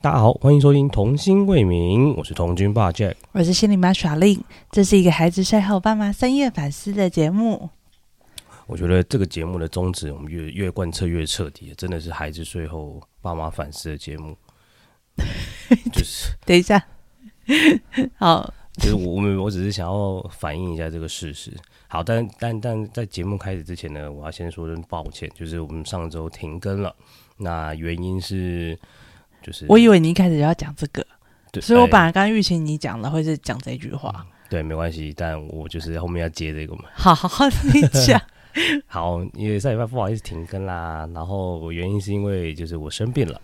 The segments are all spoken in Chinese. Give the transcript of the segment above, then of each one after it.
大家好，欢迎收听《童心未泯》，我是童军爸 Jack。我是心理妈耍令，这是一个孩子晒后爸妈深夜反思的节目。我觉得这个节目的宗旨，我们越越贯彻越彻底，真的是孩子睡后爸妈反思的节 目。就是等一下， 好，就是我我们我只是想要反映一下这个事实。好，但但但在节目开始之前呢，我要先说声抱歉，就是我们上周停更了。那原因是，就是我以为你一开始就要讲这个，对所以我哎嗯本来刚刚预期你讲的会是讲这句话。对没关系，但我就是后面要接这个嘛。 好好好，你 讲。好，因为上礼拜不好意思停更啦，然后原因是因为就是我生病了，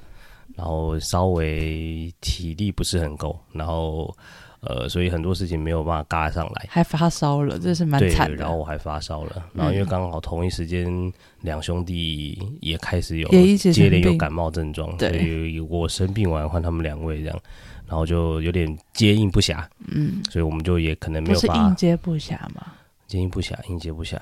然后稍微体力不是很够，然后呃，所以很多事情没有办法嘎上来。还发烧了，这是蛮对，惨的。嗯然后我还发烧了，然后因为刚好同一时间，两兄弟也开始有也一起接连生有病感冒症状，对所以我生病完换他们两位这样，然后就有点接应不暇，嗯，所以我们就也可能没不有是办应法接不暇吗接应不暇，应接不暇，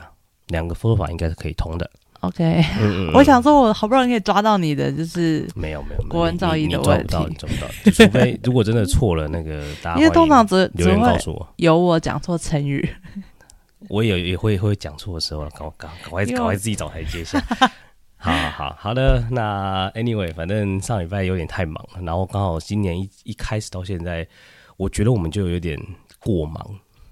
两个说法应该是可以通的。 ？OK，、嗯嗯嗯 我想说，我好不容易可以抓到你的，就是没有没有，没有国文你造诣你的你抓问不到，题你抓不到，就除非 如果真的错了，那个大家因为通常只留只言告会诉我，有我讲错成语。我也也会会讲错的时候，赶赶赶快因为赶我快自己找台阶 下。好好好好的，那 anyway，反正上礼拜有点太忙，了，然后刚好今年一一开始到现在，我觉得我们就有点过忙，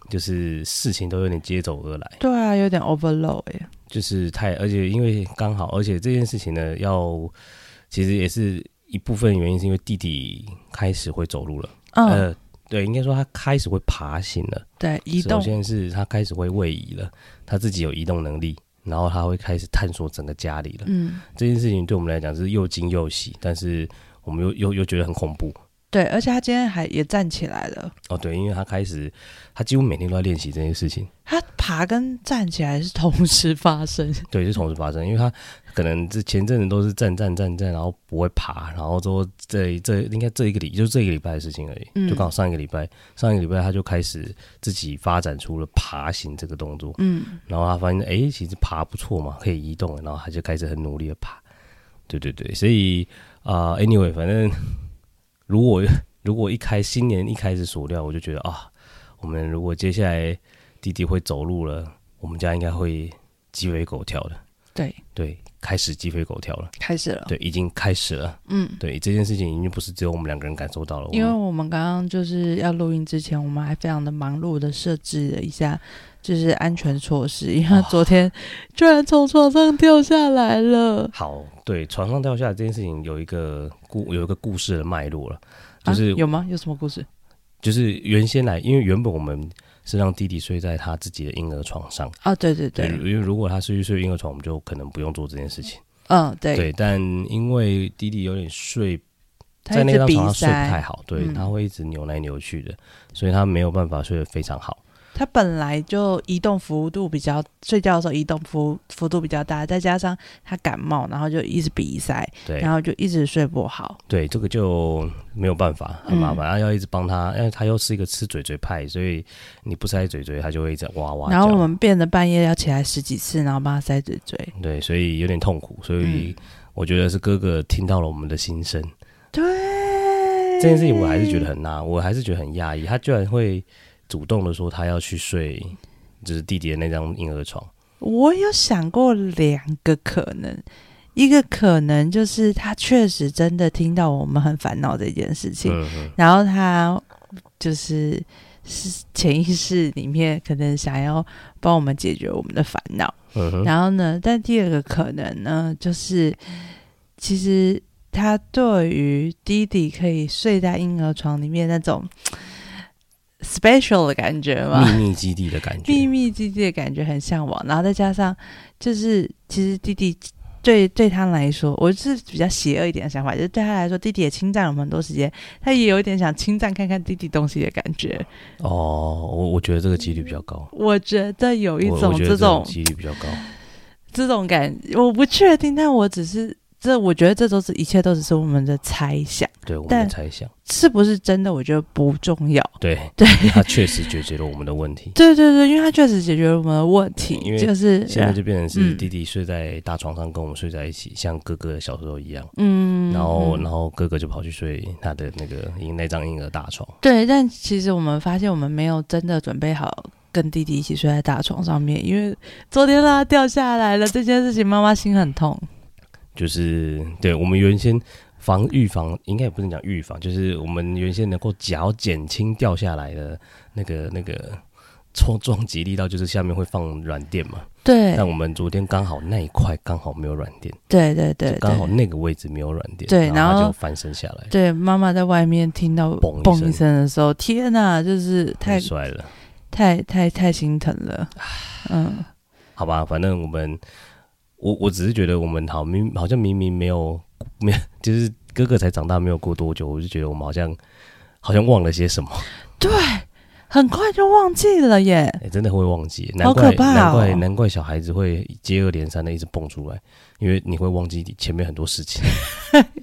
就是事情都有点接踵而来。对啊，有点 overload 哎、就是太，而且因为刚好，而且这件事情呢，要其实也是一部分原因，是因为弟弟开始会走路了，嗯，呃，对，应该说他开始会爬行了。对，移首动先是他开始会位移了，他自己有移动能力，然后他会开始探索整个家里了。嗯，这件事情对我们来讲是又惊又喜，但是我们又又又觉得很恐怖对，而且他今天还也站起来了。哦，对，因为他开始，他几乎每天都在练习这件事情。他爬跟站起来是同时发生，对，是同时发生，因为他可能这前阵子都是站站站站，然后不会爬，然后之后这这应该这一个礼就这一个礼拜的事情而已，嗯就刚好上一个礼拜，上一个礼拜他就开始自己发展出了爬行这个动作，嗯，然后他发现哎、诶其实爬不错嘛，可以移动，然后他就开始很努力的爬，对对对，所以啊、a n y w a y 反正如果 如果一开新年一开始所料，我就觉得啊，我们如果接下来弟弟会走路了，我们家应该会鸡飞狗跳的。对，对，开始鸡飞狗跳了，开始了，对，已经开始了，嗯，对，这件事情已经不是只有我们两个人感受到了，我们因为我们刚刚就是要录音之前，我们还非常的忙碌的设置了一下就是安全措施，因为他哦昨天居然从床上掉下来了，好，对，床上掉下来这件事情有一个故有一个故事的脉络了，就啊是、有吗？有什么故事？就是原先来，因为原本我们是让弟弟睡在他自己的婴儿床上，啊，对对对，因为如果他睡一睡婴儿床，我们就可能不用做这件事情，嗯，对，对，但因为弟弟有点睡他在一那直张鼻床上睡不太塞，好，对，嗯他会一直扭来扭去的，所以他没有办法睡得非常好。他本来就移动幅度比较，睡觉的时候移动幅幅度比较大，再加上他感冒，然后就一直鼻塞，对，然后就一直睡不好，对，这个就没有办法，很麻嗯烦。啊、要一直帮他，因为他又是一个吃嘴嘴派，所以你不塞嘴嘴，他就会一直哇哇叫。然后我们变得半夜要起来十几次，然后帮他塞嘴嘴。对，所以有点痛苦。所以嗯我觉得是哥哥听到了我们的心声，对，这件事情我还是觉得很纳，我还是觉得很讶异，他居然会主动的说他要去睡，就是弟弟的那张婴儿床。我有想过两个可能，一个可能就是他确实真的听到我们很烦恼这件事情，嗯嗯，然后他就是是潜意识里面可能想要帮我们解决我们的烦恼。嗯哼，然后呢，但第二个可能呢，就是其实他对于弟弟可以睡在婴儿床里面那种 special 的感觉嘛，秘密基地的感秘觉。密基地的感觉很向往。然后再加上就是，其实弟弟对对他来说，我是比较邪恶一点的想法，就是对他来说，弟弟也侵占了我们很多时间，他也有一点想侵占看看弟弟东西的感觉。哦，我我觉得这个几率比较高。我觉得有一我种我觉得这种几率比较高。这种感，我不确定，但我只是这我觉得这都是一切都只是我们的猜想，对我们的但猜想，是不是真的？我觉得不重要。对 对，它确实解决了我们的问题。对对对，因为它确实解决了我们的问题因，为就是现在就变成是嗯弟弟睡在大床上，跟我们睡在一起，像哥哥小时候一样。嗯，然后，嗯然后哥哥就跑去睡他的那个婴那张婴儿大床。对，但其实我们发现我们没有真的准备好跟弟弟一起睡在大床上面，因为昨天啦掉下来了这件事情，妈妈心很痛。就是对我们原先防预防，应该也不能讲预防，就是我们原先能够脚减轻掉下来的那个那个冲撞击力道，就是下面会放软垫嘛。对但我们昨天刚好那一块刚好没有软垫，对对对就刚好对，那个位置没有软垫，对然然它后就翻身下来，对妈妈在外面听到嘣一嘣声一声的时候，天哪，就是太太帅了。太太太心疼了。嗯，好吧，反正我们，我我只是觉得我们好明好像明明没有没有，就是哥哥才长大没有过多久，我就觉得我们好像好像忘了些什么，很快就忘记了耶。哎、真的会忘记，难好怪、可怕哦难怪难怪小孩子会接二连三的一直蹦出来，因为你会忘记前面很多事情，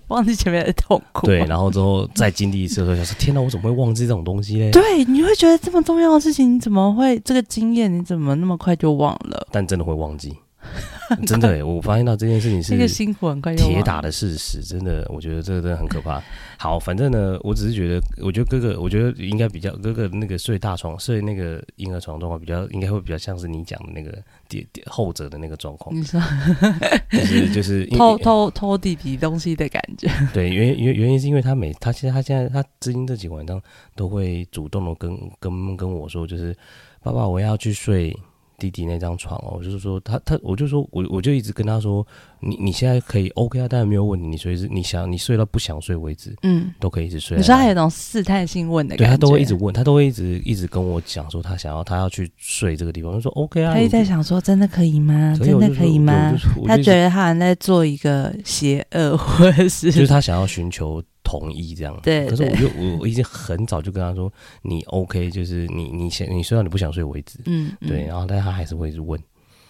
忘记前面的痛苦。对，然后之后再经历一次的时候，想说天哪，我怎么会忘记这种东西嘞？对，你会觉得这么重要的事情，你怎么会这个经验，你怎么那么快就忘了？但真的会忘记，真的、欸，我发现到这件事情这个是辛苦很快就忘铁了。打的事实，真的，我觉得这个真的很可怕。好，反正呢，我只是觉得，我觉得哥哥，我觉得应该比较哥哥那个睡大床、睡那个婴儿床的状况，比较应该会比较像是你讲的那个第第后者的那个状况，你说就是就是因嗯偷偷偷弟弟东西的感觉，对原原原因是因为他每他现在他现在他最近这几个晚上都会主动的跟跟跟我说，就是爸爸我要去睡。弟弟那张床哦，我就是说他他，我就说我我就一直跟他说，你你现在可以 OK 啊，当然没有问题，你随时你想你睡到不想睡为止，嗯，都可以一直睡你在说那他里。有一种试探性问的啊对感他觉，都会一直，问，他都会一直一直跟我讲说他想要他要去睡这个地方，我就说 OK 啊，他一你直在想说真的可以吗？可以真我的就可说以对吗我就？说我他就觉得他好像在做一个邪恶，或者 是就是他想要寻求同意这样。对可是我对就我我已经很早就跟他说，你 OK，就是你你想你睡到你不想睡为止。嗯，嗯对，，然啊后但他还是会一直问。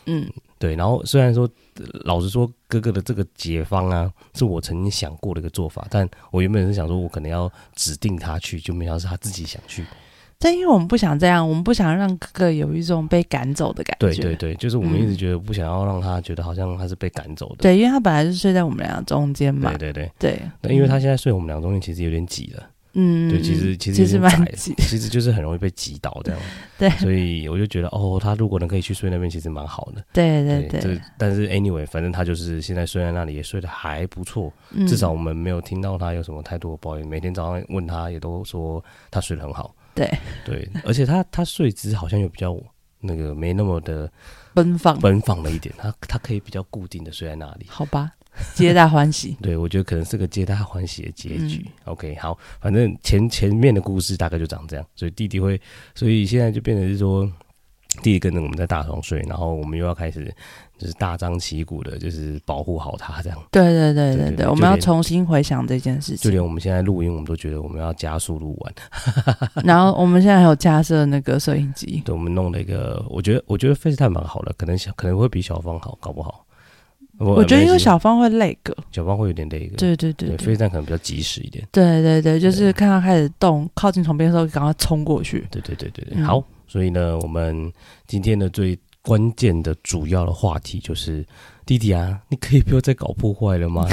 嗯对，然后虽然说，呃老实说，哥哥的这个解放啊，是我曾经想过的一个做法，但我原本是想说，我可能要指定他去，就没想到是他自己想去。但因为我们不想这样，我们不想让哥哥有一种被赶走的感对觉，对对，就是我们一直嗯觉得不想要让他觉得好像他是被赶走的。对，因为他本来就睡在我们俩中间嘛对，对对，对，那因为他嗯现在睡我们两个中间其实有点挤了，嗯，对，其实嗯其实其有实点蛮窄挤，其实就是很容易被挤倒这样， 对所以我就觉得哦，他如果能可以去睡那边，其实蛮好的，对对这但是 anyway，反正他就是现在睡在那里也睡得还不错，嗯至少我们没有听到他有什么太多的抱怨，每天早上问他也都说他睡得很好，对对，而且他他睡姿好像又比较那个没那么的奔放，奔放了一点，他他可以比较固定的睡在那里，。好吧，皆大欢喜对，我觉得可能是个皆大欢喜的结局。嗯 OK，好，反正前前面的故事大概就长这样，所以弟弟会，所以现在就变成是说，弟弟跟着我们在大床睡，然后我们又要开始就是大张旗鼓的，就是保护好他这样。对对对对对对对对，我就们要连重新回想这件事就情。连我们现在录音，我们都觉得我们要加速录完。然后我们现在还有架设那个摄影机，对，我们弄了一个，我觉得我觉得 FaceTime 蛮好的，可能小可能会比小芳好，搞不好。我我觉得因为小芳会累个，小芳会有点那个，对对对对对 FaceTime 可能比较及时一点。对对对，就是看他开始动，靠近床边的时候赶快冲过去。对对对对对，嗯好，所以呢，我们今天的最关键的主要的话题就是，弟弟啊，你可以不要再搞破坏了 吗？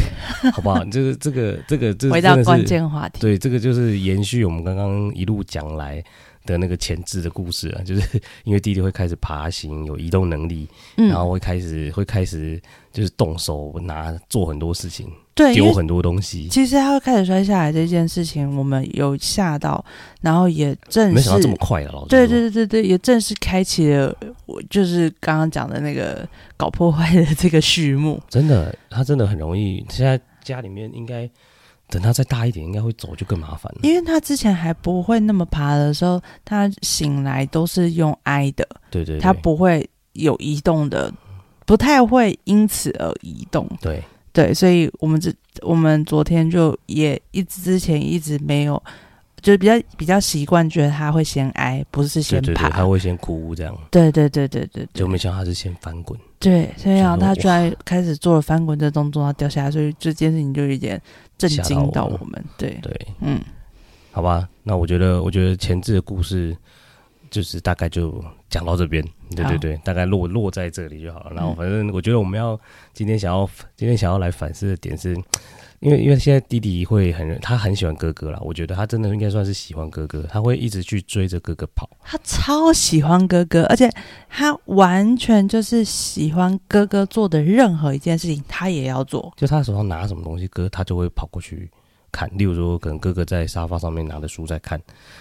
好不好？这个这个这个这回真到的关是键话题，对，这个就是延续我们刚刚一路讲来的那个前置的故事啊，就是因为弟弟会开始爬行，有移动能力，嗯然，后会开始会开始就是动手拿做很多事情，对，因丢为很多东西。其实他会开始摔下来这件事情，我们有吓到，然后也正没是想到这么快啊，老师。对对对对对，也正式开启了我就是刚刚讲的那个搞破坏的这个序幕。真的，他真的很容易。现在家里面应该等他再大一点，应该会走就更麻烦了。因为他之前还不会那么爬的时候，他醒来都是用挨的，对对对，他不会有移动的，不太会因此而移动。对对，所以我们这我们昨天就也一直之前一直没有就是比较比较习惯，觉得他会先挨，不是先对对爬对，。他会先哭这样，对对对对对就对没想到他是先翻滚。对，所以想啊，说他居然开始做了翻滚这动作，然后掉下来，所以这件事情就有点震吓到惊到我了我们。对，对，嗯，好吧，那我觉得，我觉得前置的故事就是大概就讲到这边，对好对对，大概落落在这里就好了。然后嗯反正我觉得我们要今天想要今天想要来反思的点是，因为因为现在弟弟会很他很喜欢哥哥啦，我觉得他真的应该算是喜欢哥哥，他会一直去追着哥哥跑。他超喜欢哥哥，而且他完全就是喜欢哥哥做的任何一件事情，他也要做。就他手上拿什么东西，哥他就会跑过去看。例如说，可能哥哥在沙发上面拿着书在看，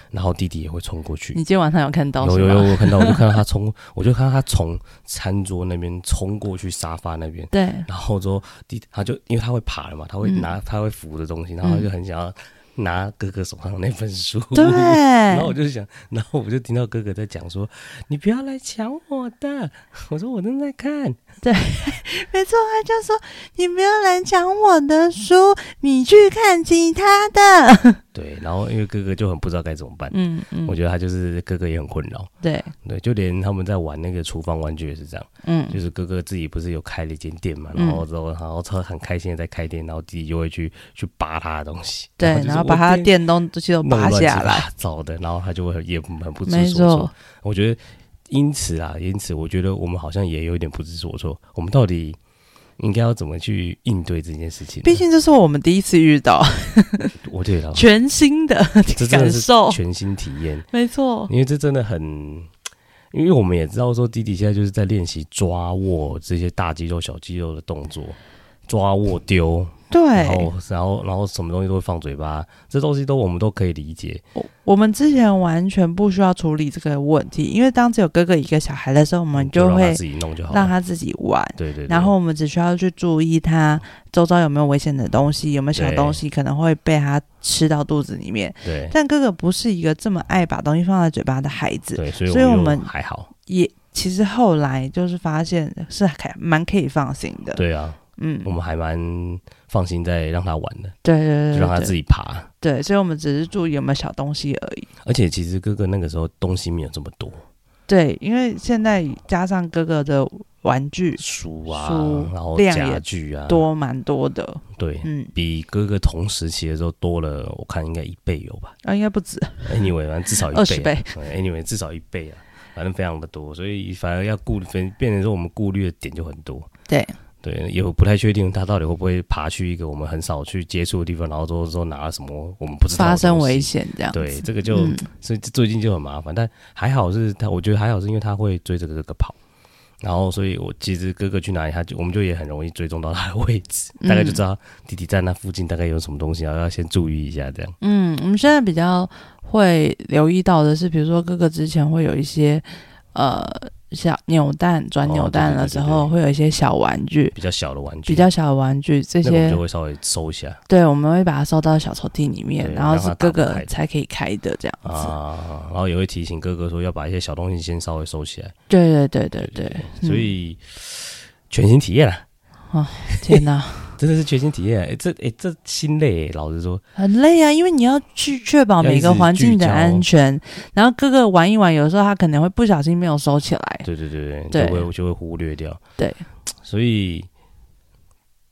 然后弟弟也会冲过去你。啊今天晚上有看到有有是吗？有，我看到，我就看到他冲，我就看到他从餐桌那边冲过去沙发那边， 对，然后之后弟他就因为他会爬了嘛，他会嗯拿、他会扶的东西，然后他就很想要拿哥哥手上的那本书。对，然后我就想，然后我就听到哥哥在讲说：“你不要来抢我的。”我说：“我正在看。没错，他就说你不要来抢我的书，你去看其他的。”对，然后因为哥哥就很不知道该怎么办，嗯嗯我，觉得他就是哥哥也很困扰。对，对，就连他们在玩那个厨房玩具也是这样，嗯就是哥哥自己不是有开了一间店嘛，嗯然后之后然后他很开心的在开店，然后弟弟就会去去扒他的东西，对，就然是后我把他店电动东西都弄得拔乱七下来。八糟的，然后他就会很也很不知没所措错。，我觉得因此啊，因此我觉得我们好像也有一点不知所措，我们到底应该要怎么去应对这件事情呢？毕竟这是我们第一次遇到我对了，全新的 这真感的是受，全新体验，没错，因为这真的很，因为我们也知道说弟弟现在就是在练习抓握这些大肌肉、小肌肉的动作，抓握丢，然对。后然后然后什么东西都会放嘴巴，这东西都我们都可以理解。我我们之前完全不需要处理这个问题，因为当只有哥哥一个小孩的时候，我们就让他会自己弄就好了，让他自己玩，对对对，然后我们只需要去注意他周遭有没有危险的东西，有没有小对东西可能会被他吃到肚子里面。对但哥哥不是一个这么爱把东西放在嘴巴的孩子，对，所以所以我我们就还好，也其实后来就是发现是还蛮可以放心的。，对啊，嗯，我们还蛮放心在让他玩的，对就对对让他对自对，己爬。对，所以我们只是注意有没有小东西而已。而且其实哥哥那个时候东西没有这么多，对，因为现在加上哥哥的玩具书啊，书然后量家也具啊，多蛮多的，对，嗯，比哥哥同时期的时候多了，我看应该一倍有吧。啊，应该不止 Anyway，反正至少一倍、啊， 20倍 嗯。Anyway，至少一倍啊，反正非常的多，所以反而要顾虑，变变成说我们顾虑的点就很多。对对，也不太确定他到底会不会爬去一个我们很少去接触的地方，然后之后之后拿了什么我们不知道的发生东西危。险这样子。对，这个就、嗯所以最近就很麻烦，但还好是他，我觉得还好是因为他会追着哥哥跑，然后所以我其实哥哥去哪里，他就我们就也很容易追踪到他的位置，嗯大概就知道弟弟在那附近大概有什么东西，然后要先注意一下这样。嗯，我们现在比较会留意到的是，比如说哥哥之前会有一些呃小扭蛋、转哦扭对蛋对的对时对候，对会有一些小玩具，比较小的玩具，比较小的玩具，这那个我们些就会稍微收一下对，我们会把它收到小抽屉里面对，然后让它是打哥不哥开才可以开的这样子。啊，然后也会提醒哥哥说要把一些小东西先稍微收起来，对对对对嗯对，所以。全新体验啦，天哪，真的是全新体验！哎、这哎、这心累、哎老实说，很累啊，因为你要去确保每个环境的安全，然后哥哥玩一玩，有时候他可能会不小心没有收起来。对对对对，对就会就会忽略掉。对，所以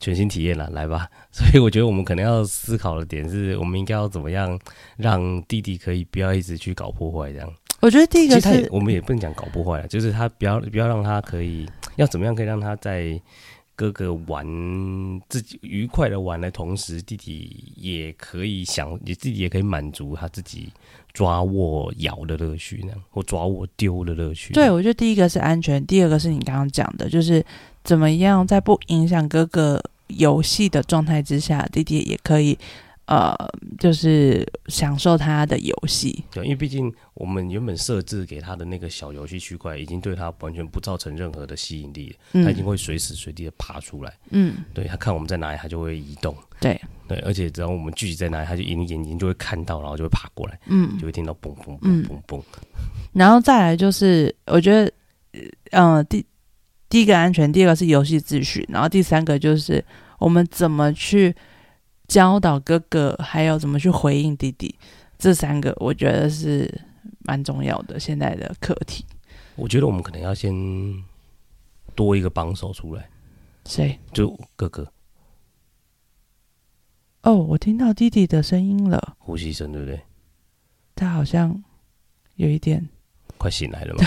全新体验了，来吧。 所以我觉得我们可能要思考的点是，我们应该要怎么样让弟弟可以不要一直去搞破坏这样。我觉得第一其实个他也是，我们也不能讲搞破坏啦，就是他不要不要让他可以要怎么样可以让他在。哥哥玩自己愉快的玩的同时，弟弟也可以想，也自己也可以满足他自己抓握摇的乐趣，那样或抓握丢的乐趣。对我觉得第一个是安全，第二个是你刚刚讲的，就是怎么样在不影响哥哥游戏的状态之下，弟弟也可以。呃，就是享受他的游戏，对，因为毕竟我们原本设置给他的那个小游戏区块，已经对他完全不造成任何的吸引力了，他已经嗯会随时随地的爬出来。嗯，对他看我们在哪里，他就会移动。对对，而且只要我们聚集在哪里，他就眼眼睛就会看到，然后就会爬过来，嗯就，会听到嘣嘣嘣嗯嘣嘣。然后再来就是，我觉得，嗯、呃，第第一个安全，第二个是游戏秩序，然后第三个就是我们怎么去教导哥哥，还有怎么去回应弟弟。这三个我觉得是蛮重要的现在的课题。我觉得我们可能要先多一个帮手出来，谁？就哥哥哦，我听到弟弟的声音了，呼吸声，对不对？他好像有一点快醒来了嘛，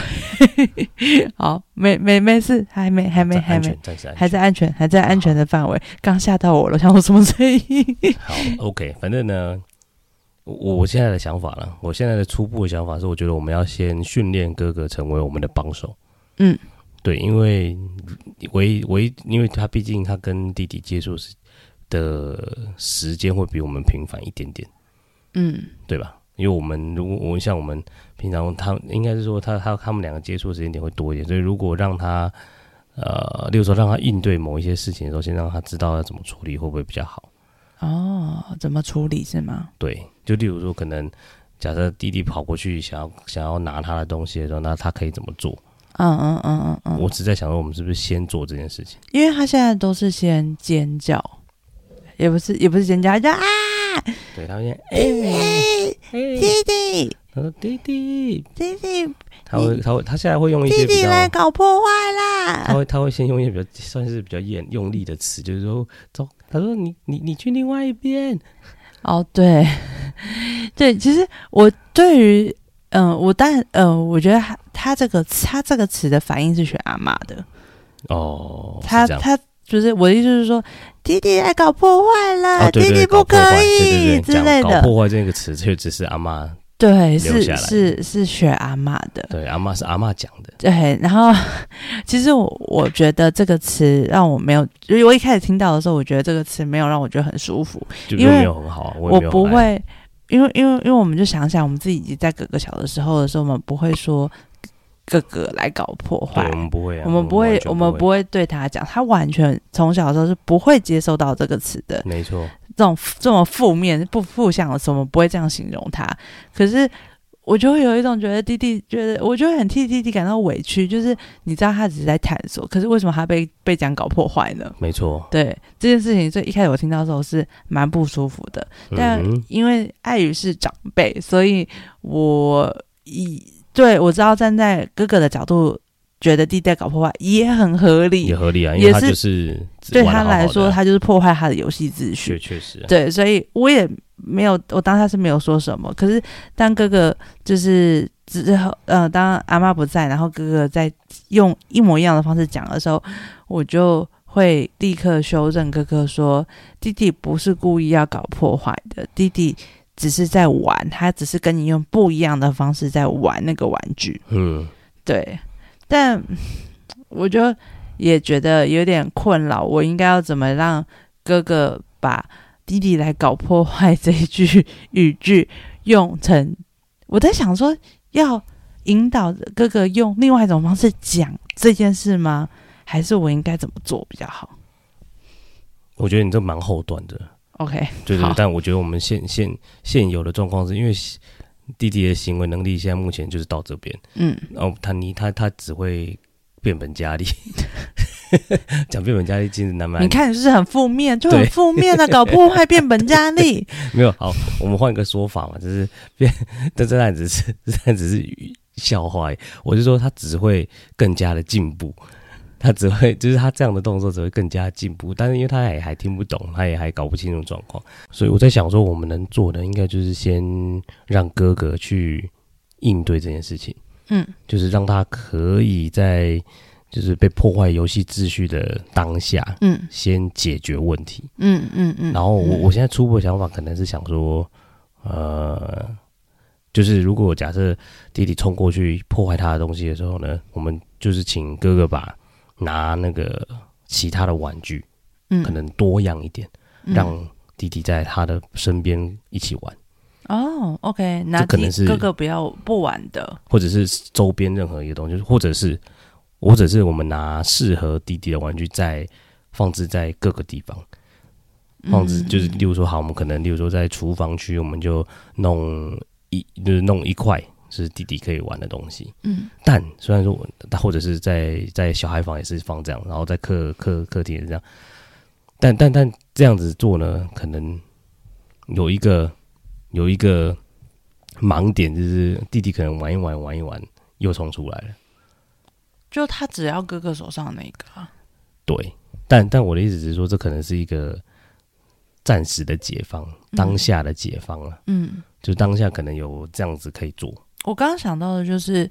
好，没没没事，还没 还没暂还安没全，暂时安全还在安全还在安全的范围，刚吓到我了，想我什么声音？好，OK，反正呢，我我现在的想法呢，我现在的初步的想法是，我觉得我们要先训练哥哥成为我们的帮手。嗯，对，因为唯唯，因为他毕竟他跟弟弟接触时的时间会比我们频繁一点点，嗯对吧？因为我们如果我像我们平常他应该是说他他他们两个接触的时间点会多一点，所以如果让他呃，例如说让他应对某一些事情的时候，先让他知道要怎么处理，会不会比较好？哦，怎么处理是吗？对，就例如说，可能假设弟弟跑过去想要想要拿他的东西的时候，那他可以怎么做？嗯嗯嗯嗯嗯，我只在想说，我们是不是先做这件事情？因为他现在都是先尖叫，也不是也不是尖叫，他就啊对，他会先，哎哎弟弟他说弟弟，弟弟他会他会他现在会用一些弟比弟较，来搞破坏 他啦！会他会先用一些比较算是比较用用力的词，就是说走，他说你你你去另外一边，哦，对 对，其实我对于嗯、我但呃，我觉得他他这个他这个词的反应是学阿妈的，哦，他是这样，他就是我的意思是说，弟弟来搞破坏啦，哦对弟对，弟搞不破可坏，以对对对，之类讲搞的，破坏这个词，确只是阿妈，对，留下是来是是学阿妈的，对，阿妈是阿妈讲的，对，然后其实我我觉得这个词让我没有，就是我一开始听到的时候，我觉得这个词没有让我觉得很舒服。就因就为没有很好啊，我也我没有不很爱，会，因为因为因为我们就想想，我们自己在哥哥小的时候的时候，我们不会说哥哥来搞破坏对，我，们不会啊，我们不会完，全我们不不会对他讲，他完全从小的时候是不会接受到这个词的。没错，这种这么负面、不负向的词，我们不会这样形容他。可是我就会有一种觉得弟弟觉得，我就会很替弟弟感到委屈，就是你知道他只是在探索，可是为什么他被被讲搞破坏呢？没错。对这件事情，所以一开始我听到的时候是蛮不舒服的，但嗯哼因为碍于是长辈，所以我以对我知道站在哥哥的角度，觉得弟弟在搞破坏也很合理也，合理啊，因也为他是就是对玩得好他好的啊来说，他就是破坏他的游戏秩序确。确实啊对，所以我也没有，我当下是没有说什么。可是当哥哥就是之后，呃，当阿妈不在，然后哥哥在用一模一样的方式讲的时候，我就会立刻修正哥哥说：“弟弟不是故意要搞破坏的，弟弟只是在玩，他只是跟你用不一样的方式在玩那个玩具。”嗯，对，但我就也觉得有点困扰，我应该要怎么让哥哥把弟弟来搞破坏 这一句语句用成？我在想说，要引导哥哥用另外一种方式讲这件事吗？还是我应该怎么做比较好我觉得你这蛮后端的， ？OK，对对好对。但我觉得我们现现现有的状况是因为弟弟的行为能力现在目前就是到这边， 嗯，然后他你他他只会变本加 厉， 讲变本加厉其实难蛮你看是不是很负面，就很对负面啊，搞破坏变本加厉。没有好，我们换一个说法嘛，就是变，但这样只是这样只是笑话而已，我就说他只会更加的进步，他只会就是他这样的动作只会更加进步，但是因为他也还听不懂，他也还搞不清楚状况，所以我在想说，我们能做的应该就是先让哥哥去应对这件事情， 嗯就是让他可以在就是被破坏游戏秩序的当下，嗯先解决问题。嗯嗯嗯。然后我嗯我现在初步的想法可能是想说，呃，就是如果假设弟弟冲过去破坏他的东西的时候呢，我们就是请哥哥把拿那个其他的玩具，嗯可能多样一点，嗯让弟弟在他的身边一起玩，哦，OK，那可能弟是哥哥不要不玩的，或者是周边任何一个东西，或者是或者是我们拿适合弟弟的玩具再放置在各个地方。放置嗯就是，例如说，好，我们可能，例如说，在厨房区，我们就弄一，就是弄一块是弟弟可以玩的东西。嗯但虽然说我，或者是在在小孩房也是放这样，然后在客客客厅也是这样。但但但这样子做呢，可能有一个有一个盲点就是弟弟可能玩一玩玩一玩又冲出来了。就他只要哥哥手上那个啊，对，但但我的意思只是说，这可能是一个暂时的解放，当下的解放了、嗯，就当下可能有这样子可以做。我刚刚想到的就是，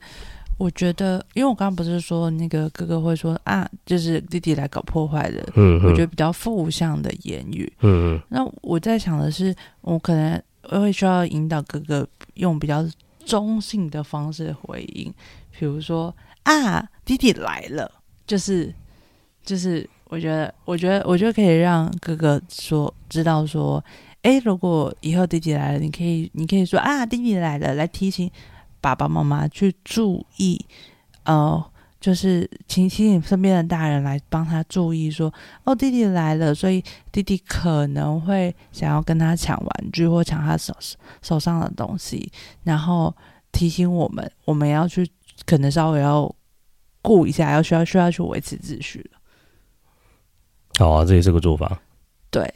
我觉得，因为我刚刚不是说那个哥哥会说啊，就是弟弟来搞破坏的，嗯，我觉得，得比较负向的言语。嗯嗯那我在想的是，我可能会需要引导哥哥用比较中性的方式回应，比如说啊，弟弟来了，就是就是，我觉得，我觉得，我觉得可以让哥哥说知道说，诶，如果以后弟弟来了，你可以你可以说啊，弟弟来了，来提醒爸爸妈妈去注意，呃。就是请提醒身边的大人来帮他注意说哦，弟弟来了，所以弟弟可能会想要跟他抢玩具或抢他手手上的东西，然后提醒我们，我们要去，可能稍微要顾一下，要需要需要去维持秩序了。好啊，这也是个做法。对，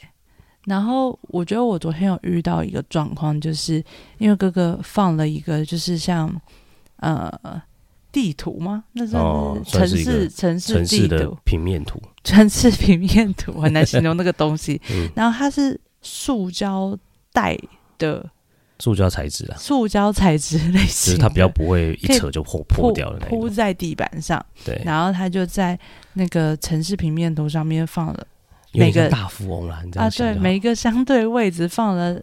然后我觉得我昨天有遇到一个状况，就是因为哥哥放了一个，就是像呃地图吗？那算哦算是城是一个市、城市城市地的图、平面图，城市平面图，很难形容那个东西。 嗯，然后它是塑胶袋的塑胶材质啊，塑胶材质类只型是的，它比较不会一可以扯就破铺破掉的那一铺种。在地板上，对，然后它就在那个城市平面图上面放了有点每个像大富翁啦，你这啊，样想对，就好每一个相对位置放了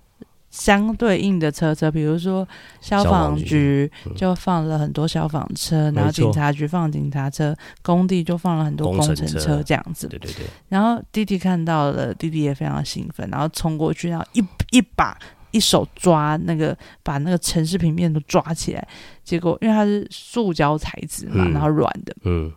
相对应的车车，比如说消消防防局嗯就放了很多消防车，没然后警错察局放警察车，工地就放了很多工工程程车车这样子。对对对，然后弟弟看到了，弟弟也非常兴奋，然后冲过去，然后一一把一手抓那个把那个城市平面都抓起来，结果因为它是塑胶材质嘛，嗯然后软的，嗯，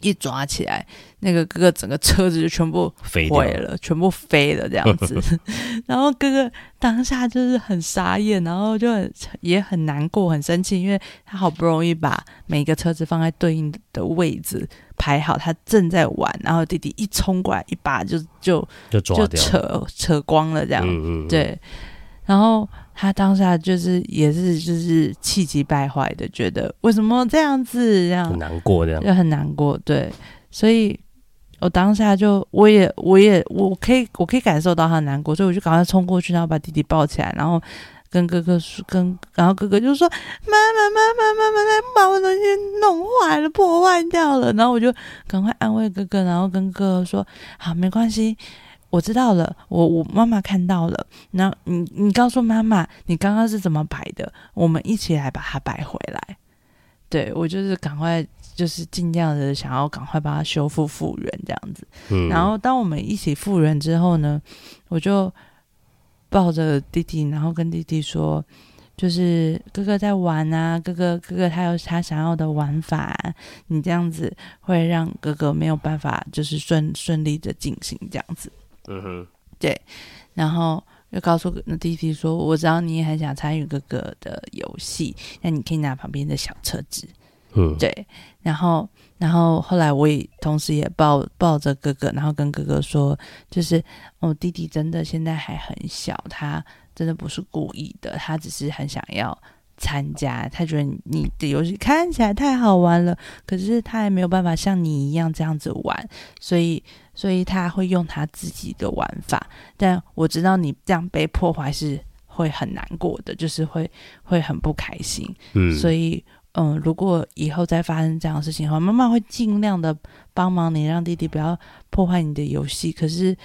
一抓起来，那个哥哥整个车子就全部飞掉毁了，全部飞了这样子。 然后哥哥当下就是很傻眼，然后就很也很难过、很生气，因为他好不容易把每个车子放在对应的位置排好，他正在玩，然后弟弟一冲过来，一把就就就抓就掉，扯扯光了这样。嗯嗯，嗯，对，然后他当下就是也是就是气急败坏的，觉得为什么这样子这样很，难过这样。也很难过，对，所以我当下就，我也，我也，我可以，我可以感受到他的难过，所以我就赶快冲过去，然后把弟弟抱起来，然后跟哥哥说，跟然后哥哥就说：“妈妈，妈妈，妈妈，他把我东西弄坏了，破坏掉了。”然后我就赶快安慰哥哥，然后跟哥哥说：“好，没关系。”我知道了，我我妈妈看到了。那你你告诉妈妈，你刚刚是怎么摆的？我们一起来把它摆回来。对我就是赶快，就是尽量的想要赶快把它修复复原这样子。嗯，然后当我们一起复原之后呢，我就抱着弟弟，然后跟弟弟说，就是哥哥在玩啊，哥哥哥哥他有他想要的玩法啊，你这样子会让哥哥没有办法就是顺顺利的进行这样子，嗯哼，然后。又告诉那弟弟说：“我知道你也很想参与哥哥的游戏，那你可以拿旁边的小车子。”嗯，对，然后然后后来我也同时也抱抱着哥哥，然后跟哥哥说，就是哦，弟弟真的现在还很小，他真的不是故意的，他只是很想要参加，他觉得你的游戏看起来太好玩了，可是他还没有办法像你一样这样子玩，所以所以他会用他自己的玩法，但我知道你这样被破坏是。会很难过的，就是会会很不开心，嗯，所以以，嗯，如果以后再发生这样的事情的话，妈妈会尽量的帮忙你，让弟弟不要破坏你的游戏。可是，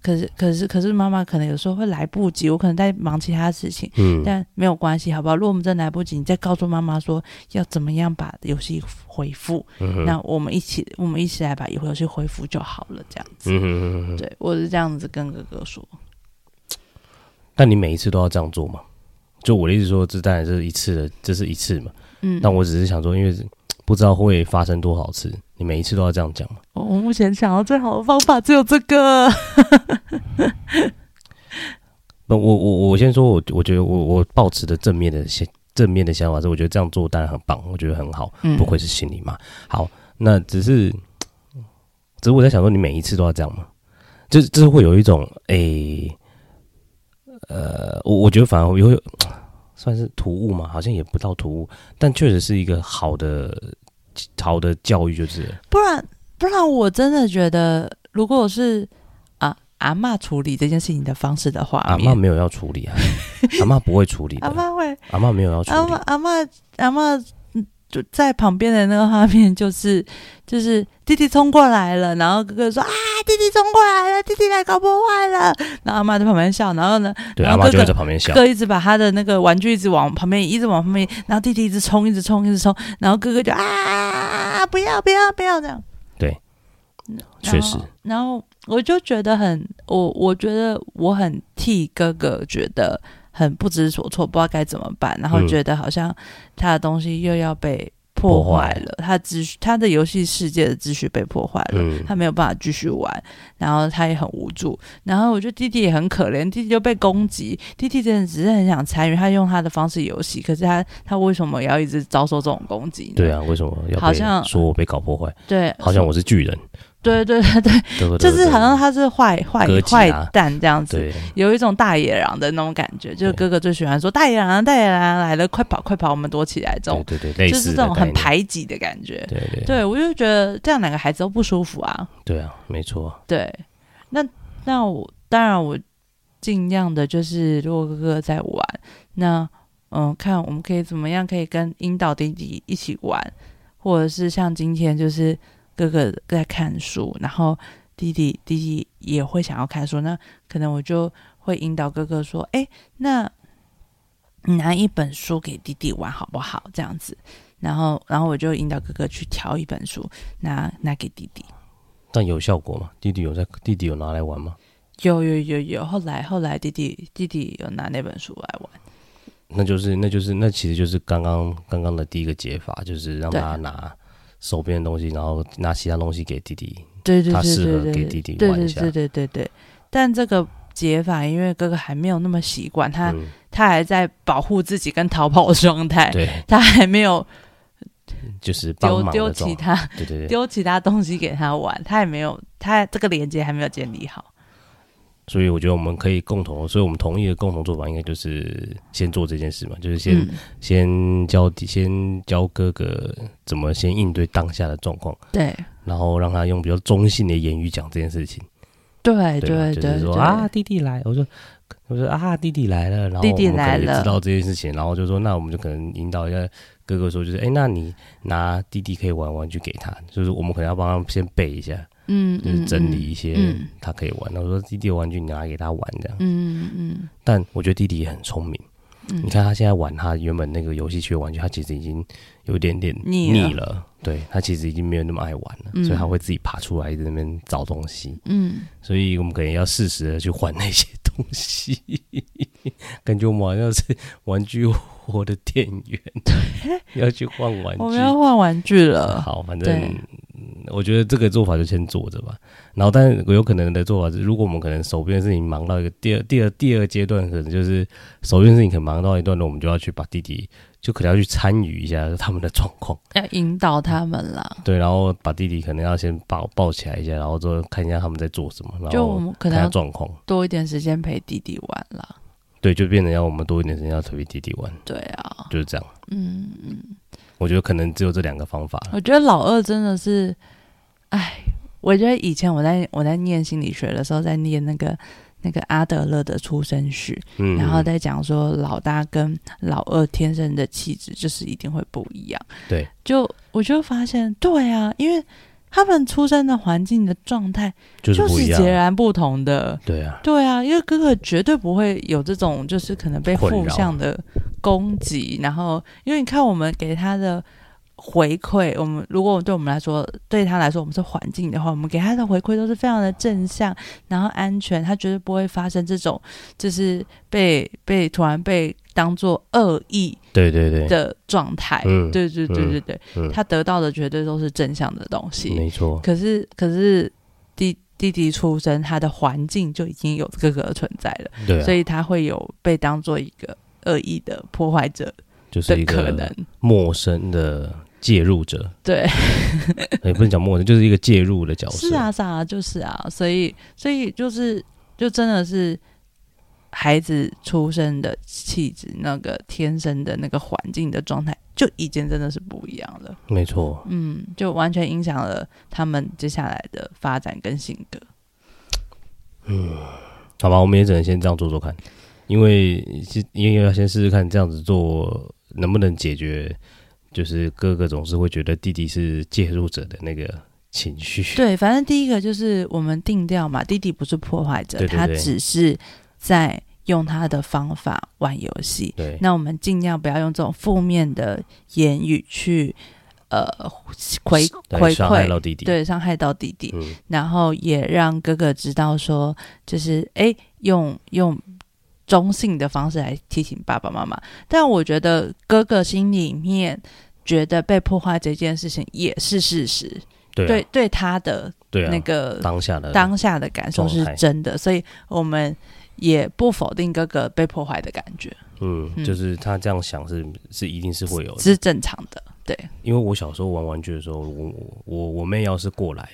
可是，可是，可是，妈妈可能有时候会来不及，我可能在忙其他事情，嗯，但没有关系，好不好？如果我们真的来不及，你再告诉妈妈说要怎么样把游戏恢复，嗯哼那我们一起，我们一起来把游戏恢复就好了，这样子。嗯哼嗯哼，嗯哼对，我是这样子跟哥哥说。但你每一次都要这样做吗？就我的意思说，这当然是一次的，这是一次嘛。嗯，但我只是想说，因为不知道会发生多少次，你每一次都要这样讲嘛。我我目前想到最好的方法只有这个。不，我我我先说，我我觉得我我抱持的正面的想正面的想法是，我觉得这样做当然很棒，我觉得很好，嗯不愧是心理嘛。好，那只是，只是我在想说，你每一次都要这样吗？就是就是会有一种诶、呃，我我觉得反而会有，算是突兀嘛，好像也不到突兀，但确实是一个好的好的教育，就是了不然不然我真的觉得，如果是啊阿嬷处理这件事情的方式的话，阿嬷没有要处理啊，阿嬷不会处理阿的，嬷会阿嬷没有要处阿嬷理，阿嬷阿嬷嗯就在旁边的那个画面就是 就是弟弟冲过来了，然后哥哥说啊弟弟冲过来了，弟弟来搞破坏了，然后阿嬷在旁边笑，然后呢对，然阿后嬷哥就哥会在旁边笑，哥一直把他的那个玩具一直往旁边移，一直往旁边移，然后弟弟一直冲，一直冲，一直冲，然后哥哥就啊，不要不要不要这样。对嗯，确实然后。然后我就觉得很，我我觉得我很替哥哥觉得很不知所措，不知道该怎么办，然后嗯觉得好像他的东西又要被破破坏坏了，他秩序，他的游戏世界的秩序被破坏了。嗯，他没有办法继续玩，然后他也很无助，然后我觉得弟弟也很可怜，弟弟就被攻击，弟弟真的只是很想参与，他用他的方式游戏，可是他他为什么要一直遭受这种攻击呢？对啊，为什么要好被像说我被搞破坏？对，好像我是巨人，对对对对，对不对？就是好像他是坏坏哥吉坏拉蛋这样子，啊对，有一种大野狼的那种感觉，就是对哥哥最喜欢说大野狼啊大野狼来了，快跑快跑，我们躲起来这对种，对对，类就是似这的种概很念，排挤的感觉。对对对，我就觉得这样两个孩子都不舒服啊。对啊，没错，对，那那我当然我尽量的就是，如果哥哥在玩，那嗯，看我们可以怎么样可以跟引导弟弟一起玩，或者是像今天就是哥哥在看书，然后弟弟弟弟也会想要看书，那可能我就会引导哥哥说，哎、那你拿一本书给弟弟玩好不好？这样子。然后，然后我就引导哥哥去挑一本书，拿拿给弟弟。但有效果吗？弟弟有在，弟弟有拿来玩吗？有有有有，后来后来弟弟弟弟有拿那本书来玩，那就是那就是那其实就是刚刚刚刚的第一个解法，就是让对他拿手边的东西，然后拿其他东西给弟弟。对对他对适合对给对弟弟对玩一对下对对对对。但这个解法，因为哥哥还没有那么习惯，他、嗯，他还在保护自己跟逃跑的状态， 对，他还没有就是帮丢忙丢的其状态。他对对对，丢其他东西给他玩，他也没有他这个连接还没有建立好。所以我觉得我们可以共同，所以我们同意的共同做法应该就是先做这件事嘛，就是先、嗯，先教弟，先教哥哥怎么先应对当下的状况，对然后让他用比较中性的言语讲这件事情。对吧对就是对说对啊，弟弟来，我说我说啊，弟弟来了，然后弟弟我们可能也来了知道这件事情，然后就说那我们就可能引导一下哥哥说，就是哎，那你拿弟弟可以玩玩具给他，就是我们可能要帮他先备一下，嗯，就是嗯整理一些嗯他可以玩。然后说弟弟的玩具你拿给他玩这样，嗯嗯但我觉得弟弟也很聪明，嗯，你看他现在玩他原本那个游戏区的玩具，他其实已经有点点腻了腻了。对他其实已经没有那么爱玩了，嗯所以他会自己爬出来，一直在那边找东西。嗯，所以我们可能要适时的去换那些东西， 感觉我们好像是玩具货的店员，要去换玩我们具。要呃换玩具了，好，反正对嗯我觉得这个做法就先做着吧。然后，但是有可能的做法是，如果我们可能手边的事情忙到一个第二、第二、第二阶段，可能就是手边的事情可能忙到一段落，我们就要去把弟弟，就可能要去参与一下他们的状况。要引导他们啦。对，然后把弟弟可能要先抱抱起来一下，然后之后看一下他们在做什么，然就我后们看可能下要状况。多一点时间陪弟弟玩啦。对，就变成要我们多一点时间要陪弟弟玩，对啊，就是这样。嗯嗯，我觉得可能只有这两个方法了。我觉得老二真的是，哎，我觉得以前我在我在念心理学的时候，在念那个那个阿德勒的出生序，嗯，然后再讲说老大跟老二天生的气质就是一定会不一样。对，就我就发现，对啊，因为他们出生的环境的状态就是就不是一样截。然不同的。对啊，对啊，因为哥哥绝对不会有这种就是可能被困负扰向的攻击，然后因为你看我们给他的回馈，我们如果对我们来说，对他来说我们是环境的话，我们给他的回馈都是非常的正向，然后安全，他绝对不会发生这种就是被被突然被当做恶意对对对，的状态。嗯对对对对对，嗯他得到的绝对都是正向的东西。没错，可是可是弟弟弟出生，他的环境就已经有哥哥的存在了，对所啊，以他会有被当做一个恶意的破坏者就是的一可个能。陌生的介入者， 对，也不能讲陌生，就是一个介入的角色。啊是啊，是啊，就是啊，所以所以就是就真的是。孩子出生的气质、那个天生的那个环境的状态，就已经真的是不一样了。没错，嗯，就完全影响了他们接下来的发展跟性格。好吧，我们也只能先这样做做看，因为是因为要先试试看这样子做能不能解决，就是哥哥总是会觉得弟弟是介入者的那个情绪。对，反正第一个就是我们定调嘛，弟弟不是破坏者，对对他对只是在用他的方法玩游戏。对那我们尽量不要用这种负面的言语去呃回对，回伤害馈，到弟弟。，对，伤害到弟弟。嗯，然后也让哥哥知道说，就是诶，用用中性的方式来提醒爸爸妈妈。但我觉得哥哥心里面觉得被破坏这件事情也是事实，对啊对对他的对啊，那个当下的当下的感受是状态真的，所以我们也不否定哥哥被破坏的感觉嗯，嗯就是他这样想是是一定是会有的，是正常的。因为我小时候玩玩具的时候，我我我我妹要是过来，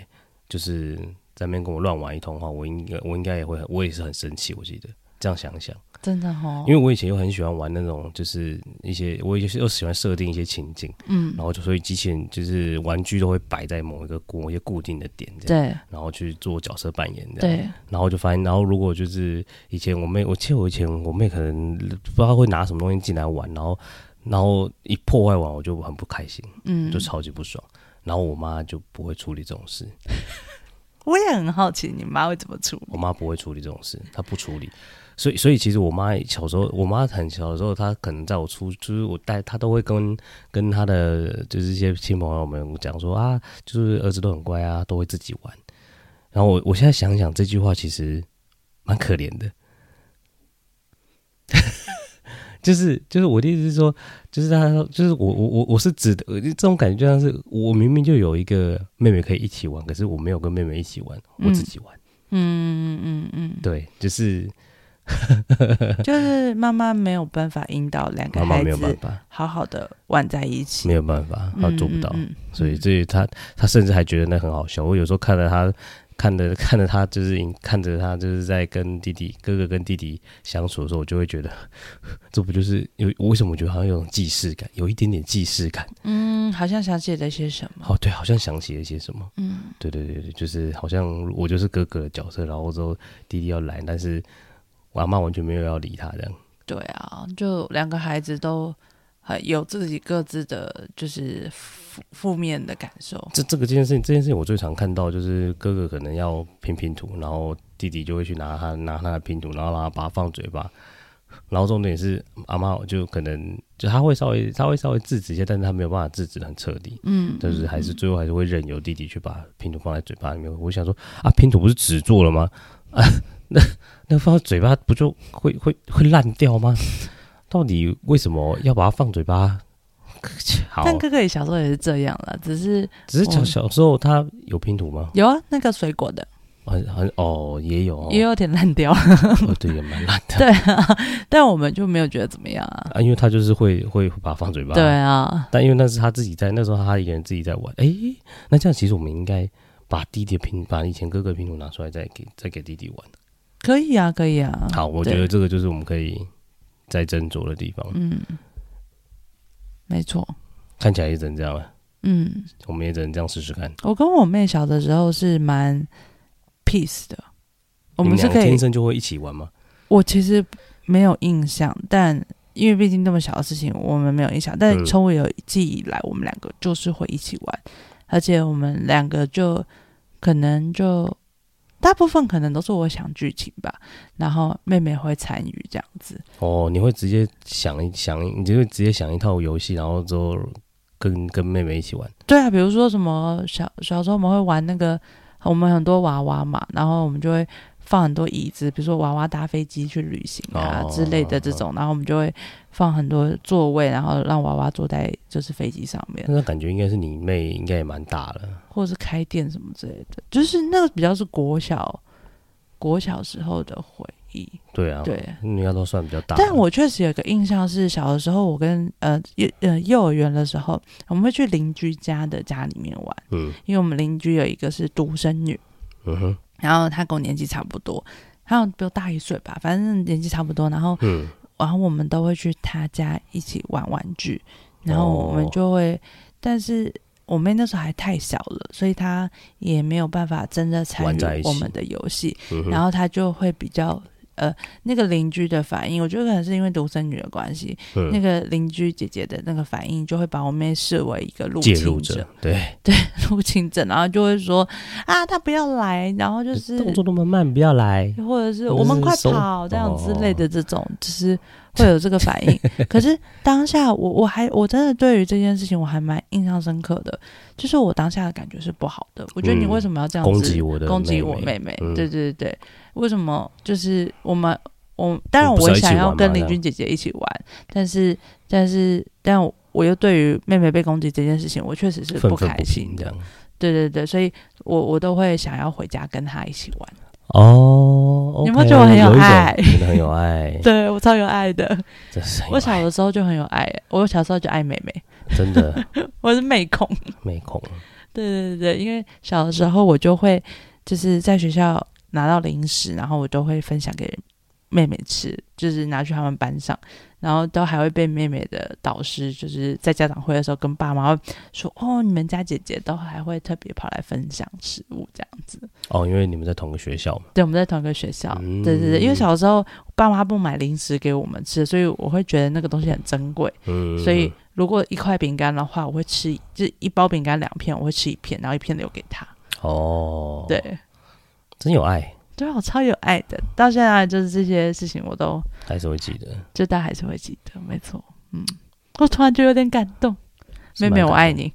就是在那边跟我乱玩一通的话，我应该我应该也会很我也是很生气。我记得这样想一想，真的哦，因为我以前又很喜欢玩那种，就是一些我也是又喜欢设定一些情景，嗯然，后就所以机器人就是玩具都会摆在某一个固某一些固定的点这样，对然后去做角色扮演这样。对，然后就发现，然后如果就是以前我妹，我记得我以前我妹可能不知道会拿什么东西进来玩，然后然后一破坏完我就很不开心，嗯就，超级不爽。然后我妈就不会处理这种事，我也很好奇你妈会怎么处理我。妈不会处理这种事，她不处理。所以所以其实我妈小时候，我妈很小的时候，她可能在我出，就是我带她都会跟跟她的就是一些亲朋好友们讲说啊，就是儿子都很乖啊，都会自己玩。然后我我现在想想这句话其实蛮可怜的， 就是就是我的意思是说，就是他就是我我我我是指的这种感觉，就像是我明明就有一个妹妹可以一起玩，可是我没有跟妹妹一起玩，我自己玩。嗯嗯嗯对，就是嗯，就是妈妈没有办法引导两个妈妈孩没有办子法，好好的玩在一起没，有办法，她嗯做不到，嗯嗯所以这她她甚至还觉得那很好笑。我有时候看着她，看着看着她，就是看着她就是在跟弟弟哥哥跟弟弟相处的时候，我就会觉得，这不就是有我为什么我觉得好像有种既视感，有一点点既视感。嗯，好像想起了些什么，哦，对，好像想起了一些什么。嗯，对对对对，就是好像我就是哥哥的角色，然后之后弟弟要来，但是我阿妈完全没有要理他这样。对啊，就两个孩子都呃有自己各自的就是负负面的感受，这这个这件事情，这件事情我最常看到就是哥哥可能要拼拼图，然后弟弟就会去拿他拿他的拼图，然后让他把它放嘴巴。然后重点是阿妈就可能就他会稍微他会稍微制止一下，但是他没有办法制止的很彻底，嗯，就是还是最后还是会任由弟弟去把拼图放在嘴巴里面。我想说啊，拼图不是纸做了吗？ 啊，那那放在嘴巴不就会会会烂掉吗？到底为什么要把它放嘴巴？ 好，但哥哦哥也小时候也是这样了，只是只是小我小时候他有拼图吗？有啊，那个水果的很很哦，也有哦， 也有点烂掉，哦对，也蛮烂的。对啊，但我们就没有觉得怎么样啊，啊，因为他就是会会会把它放嘴巴。对。啊，但因为那是他自己在那时候他一个人自己在玩，诶，那这样其实我们应该把弟弟的拼把以前哥哥的拼图拿出来再给再给弟弟玩。可以啊，可以啊，好，我对觉得这个就是我们可以再斟酌的地方。嗯，没错，看起来也只能这样了，嗯。我们也只能这样试试看。我跟我妹小的时候是蛮 peace 的，我们你是俩可以天。生就会一起玩吗？我其实没有印象，但因为毕竟那么小的事情，我们没有印象。但嗯从我有记忆以来，我们两个就是会一起玩，而且我们两个就可能就大部分可能都是我想剧情吧，然后妹妹会参与这样子。哦，你会直接想一想一，你就会直接想一套游戏，然后之后跟跟妹妹一起玩。对啊，比如说什么小小时候我们会玩那个，我们很多娃娃嘛，然后我们就会放很多椅子，比如说娃娃搭飞机去旅行啊、哦之类的这种，然后我们就会放很多座位，然后让娃娃坐在就是飞机上面，那感觉应该是你妹应该也蛮大了，或者是开店什么之类的，就是那个比较是国小国小时候的回忆，对啊，对。你要都算比较大了。但我确实有个印象是，小的时候我跟呃幼呃幼儿园的时候，我们会去邻居家的家里面玩，嗯因为我们邻居有一个是独生女，嗯哼，然后她跟我年纪差不多，他好像比我大一岁吧，反正年纪差不多。然后嗯，然后我们都会去他家一起玩玩具，然后我们就会，但是我妹那时候还太小了，所以她也没有办法真的参玩在一与起我们的游戏，嗯哼然后她就会比较。呃，那个邻居的反应，我觉得可能是因为独生女的关系，嗯那个邻居姐姐的那个反应，就会把我妹视为一个入介侵入者，对，入侵者，然后就会说啊，她不要来，然后就是动作那么慢，不要来。或者是或者我们是快手跑这样之类哦的这种，就是会有这个反 应。可是当下我我还我真的对于这件事情我还蛮印象深刻的，就是我当下的感觉是不好的。我觉得你嗯为什么要这样子攻击我的攻击妹我妹，妹妹？嗯对对对，为什么就是我们我当然不是我要也一起想要玩跟吗林君姐姐一起玩，但是但是但我我又对于妹妹被攻击这件事情，我确实是愤不愤开不心平这的。样。对对对，所以我我都会想要回家跟她一起玩。哦，你有没有觉得我很有有一种爱，真的很有爱对我超有爱的。真是很有我小爱的时候就很有爱，我小时候就爱妹妹，真的 我是妹控。没空。对对对对，因为小的时候我就会就是在学校拿到零食，然后我都会分享给妹妹吃，就是拿去他们班上，然后都还会被妹妹的导师就是在家长会的时候跟爸妈说哦，你们家姐姐都还会特别跑来分享食物这样子。哦，因为你们在同个学校嘛，对，我们在同一个学校。嗯对对对，因为小时候爸妈不买零食给我们吃，所以我会觉得那个东西很珍贵。嗯，所以如果一块饼干的话，我会吃一就是一包饼干两片，我会吃一片，然后一片留给他。哦，，对，真有爱，对啊我超有爱的，到现在就是这些事情我都还是会记得。就大家还是会记得，没错，嗯，我突然就有点感动，是妹蛮妹我感爱动，你，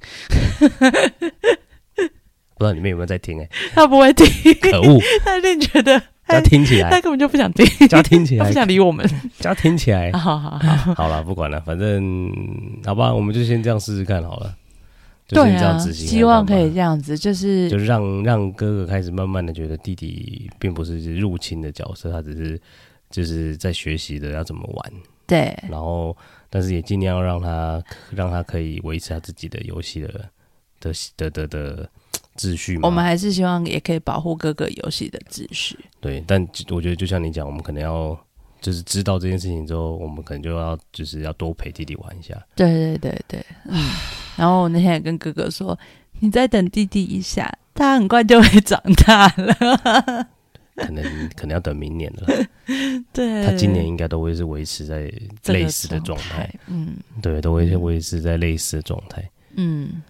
不知道你们有没有在听？哎，她不会听，可 恶，她一定觉 得要她听起她来，根本就不想 听，要听起她来哎不，想理我们。要听起 来。好好好，好了，不管了，反正好吧，我们就先这样试试看好了， 就对先这样啊，执行看看吧。希望可以这样子，就是就是让让哥哥开始慢慢的觉得弟弟并不是入侵的角色，他只是就是在学习的要怎么玩，对然后但是也尽量让他让他可以维持他自己的游戏的的的的的秩序嘛。我们还是希望也可以保护各个游戏的秩序。对，但就我觉得就像你讲，我们可能要就是知道这件事情之后，我们可能就要就是要多陪弟弟玩一下。对对对对，嗯。然后我那天也跟哥哥说，你再等弟弟一下，他很快就会长大了。 可能可能要等明年了。对，他今年应该都会是维持在嗯这个类似的状状态，，嗯对，都会维持在类似的状态。嗯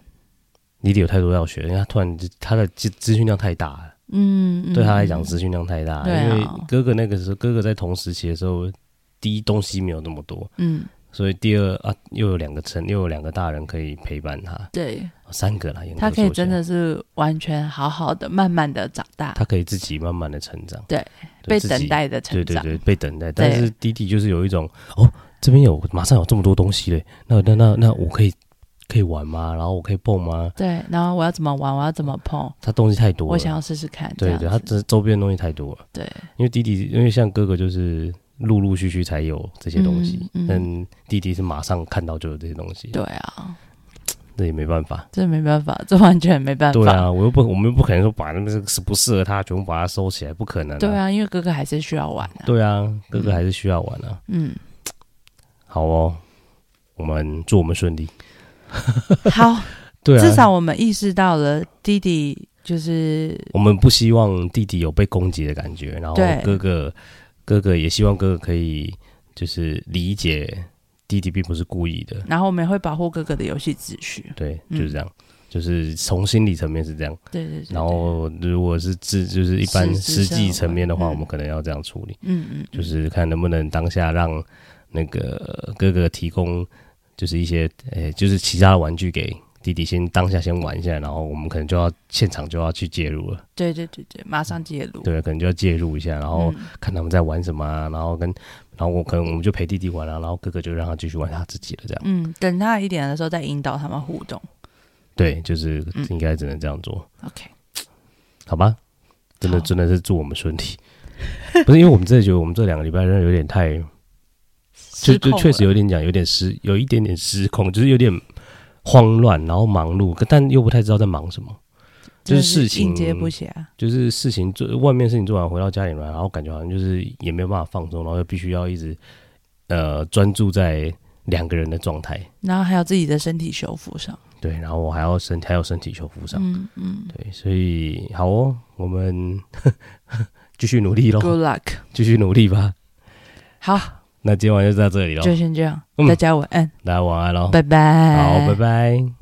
弟弟有太多要学，因为他突然就他的资资讯量太大了，嗯，嗯对他来讲资讯量太大。对啊因为哥哥那个时候，哥哥在同时期的时候，第一东西没有那么多，嗯，所以第二啊又有两个成，又有两个大人可以陪伴他，对哦三个啦，严格他可以说起来真的是完全好好的、慢慢的长大，他可以自己慢慢的成长，对对，被自己等待的成对对长。对，被等待。但是弟弟就是有一种哦，这边有马上有这么多东西嘞，那那那那我可以可以玩吗？然后我可以蹦吗？对然后我要怎么玩，我要怎么碰，他东西太多了，我想要试试看。这对样对，他子这周边的东西太多了。对，因为弟弟因为像哥哥就是陆陆续续才有这些东西，嗯嗯但弟弟是马上看到就有这些东西，对啊，那也没办法。这没办法，这完全没办法。对啊，我又不，我们又不可能说把那个是不适合他全部把它收起来，不可能、对，啊，因为哥哥还是需要玩的、啊。对啊，哥哥还是需要玩啊。 嗯。好哦，我们祝我们顺利。好，对啊，至少我们意识到了弟弟就是我们不希望弟弟有被攻击的感觉，然后对哥哥哥哥也希望哥哥可以就是理解弟弟并不是故意的，然后我们也会保护哥哥的游戏秩序。对，嗯就是这样，就是从心理层面是这样，对对对对然后如果是自就是一般实质实上际层面的话，嗯我们可能要这样处理，嗯嗯，嗯就是看能不能当下让那个呃哥哥提供就是一些呃、就是其他的玩具给。弟弟先当下先玩一下，然后我们可能就要现场就要去介入了，对对对对，马上介入。对，可能就要介入一下，然嗯，后看他们在玩什么、啊，然后跟，然后我可能我们就陪弟弟玩啊，然后哥哥就让他继续玩他自己的这样。嗯，等大一点的时候再引导他们互动。对，就是嗯应该只能这样做， OK，好吧？真的好真的是祝我们顺利， 不是因为我们真的觉得我们这两个礼拜真的有点太，就失控就了确实有点讲有点失，有一点点失控，就是有点慌乱，然后忙碌，可但又不太知道在忙什么。就真的是事情应接不暇。就是事情做外面事情做完回到家里来，然后感觉好像就是也没有办法放松，然后又必须要一直呃专注在两个人的状态，然后还有自己的身体修复上，对，然后我还要身还有身体修复上，嗯嗯对，所以好哦，我们 继续努力喽， ，Good luck，继续努力吧。好，那今晚就到这里喽，就先这样，嗯大家晚安，大家晚安喽，拜拜，好，拜拜。